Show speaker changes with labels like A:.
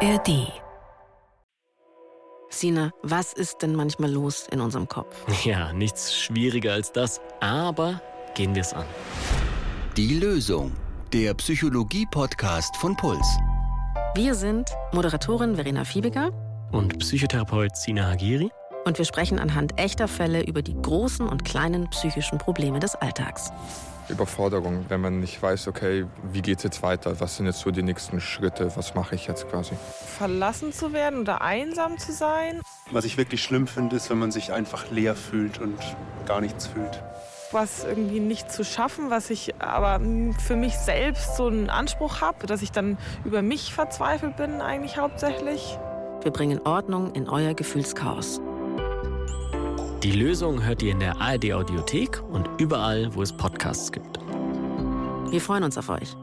A: ARD. Sina, was ist denn manchmal los in unserem Kopf?
B: Ja, nichts schwieriger als das, aber gehen wir es an.
C: Die Lösung. Der Psychologie-Podcast von Puls.
A: Wir sind Moderatorin Verena Fiebiger
B: Und Psychotherapeut Sina Hagiri?
A: und wir sprechen anhand echter Fälle über die großen und kleinen psychischen Probleme des Alltags.
D: Überforderung, wenn man nicht weiß, okay, wie geht's jetzt weiter, was sind jetzt so die nächsten Schritte, was mache ich jetzt quasi.
E: verlassen zu werden oder einsam zu sein.
F: Was ich wirklich schlimm finde, ist, wenn man sich einfach leer fühlt und gar nichts fühlt.
E: Was irgendwie nicht zu schaffen, was ich aber mm, für mich selbst so einen Anspruch habe, dass ich dann über mich verzweifelt bin eigentlich hauptsächlich.
A: Wir bringen Ordnung in euer Gefühlschaos.
B: Die Lösung hört ihr in der ARD Audiothek und überall, wo es Podcasts gibt.
A: Wir freuen uns auf euch.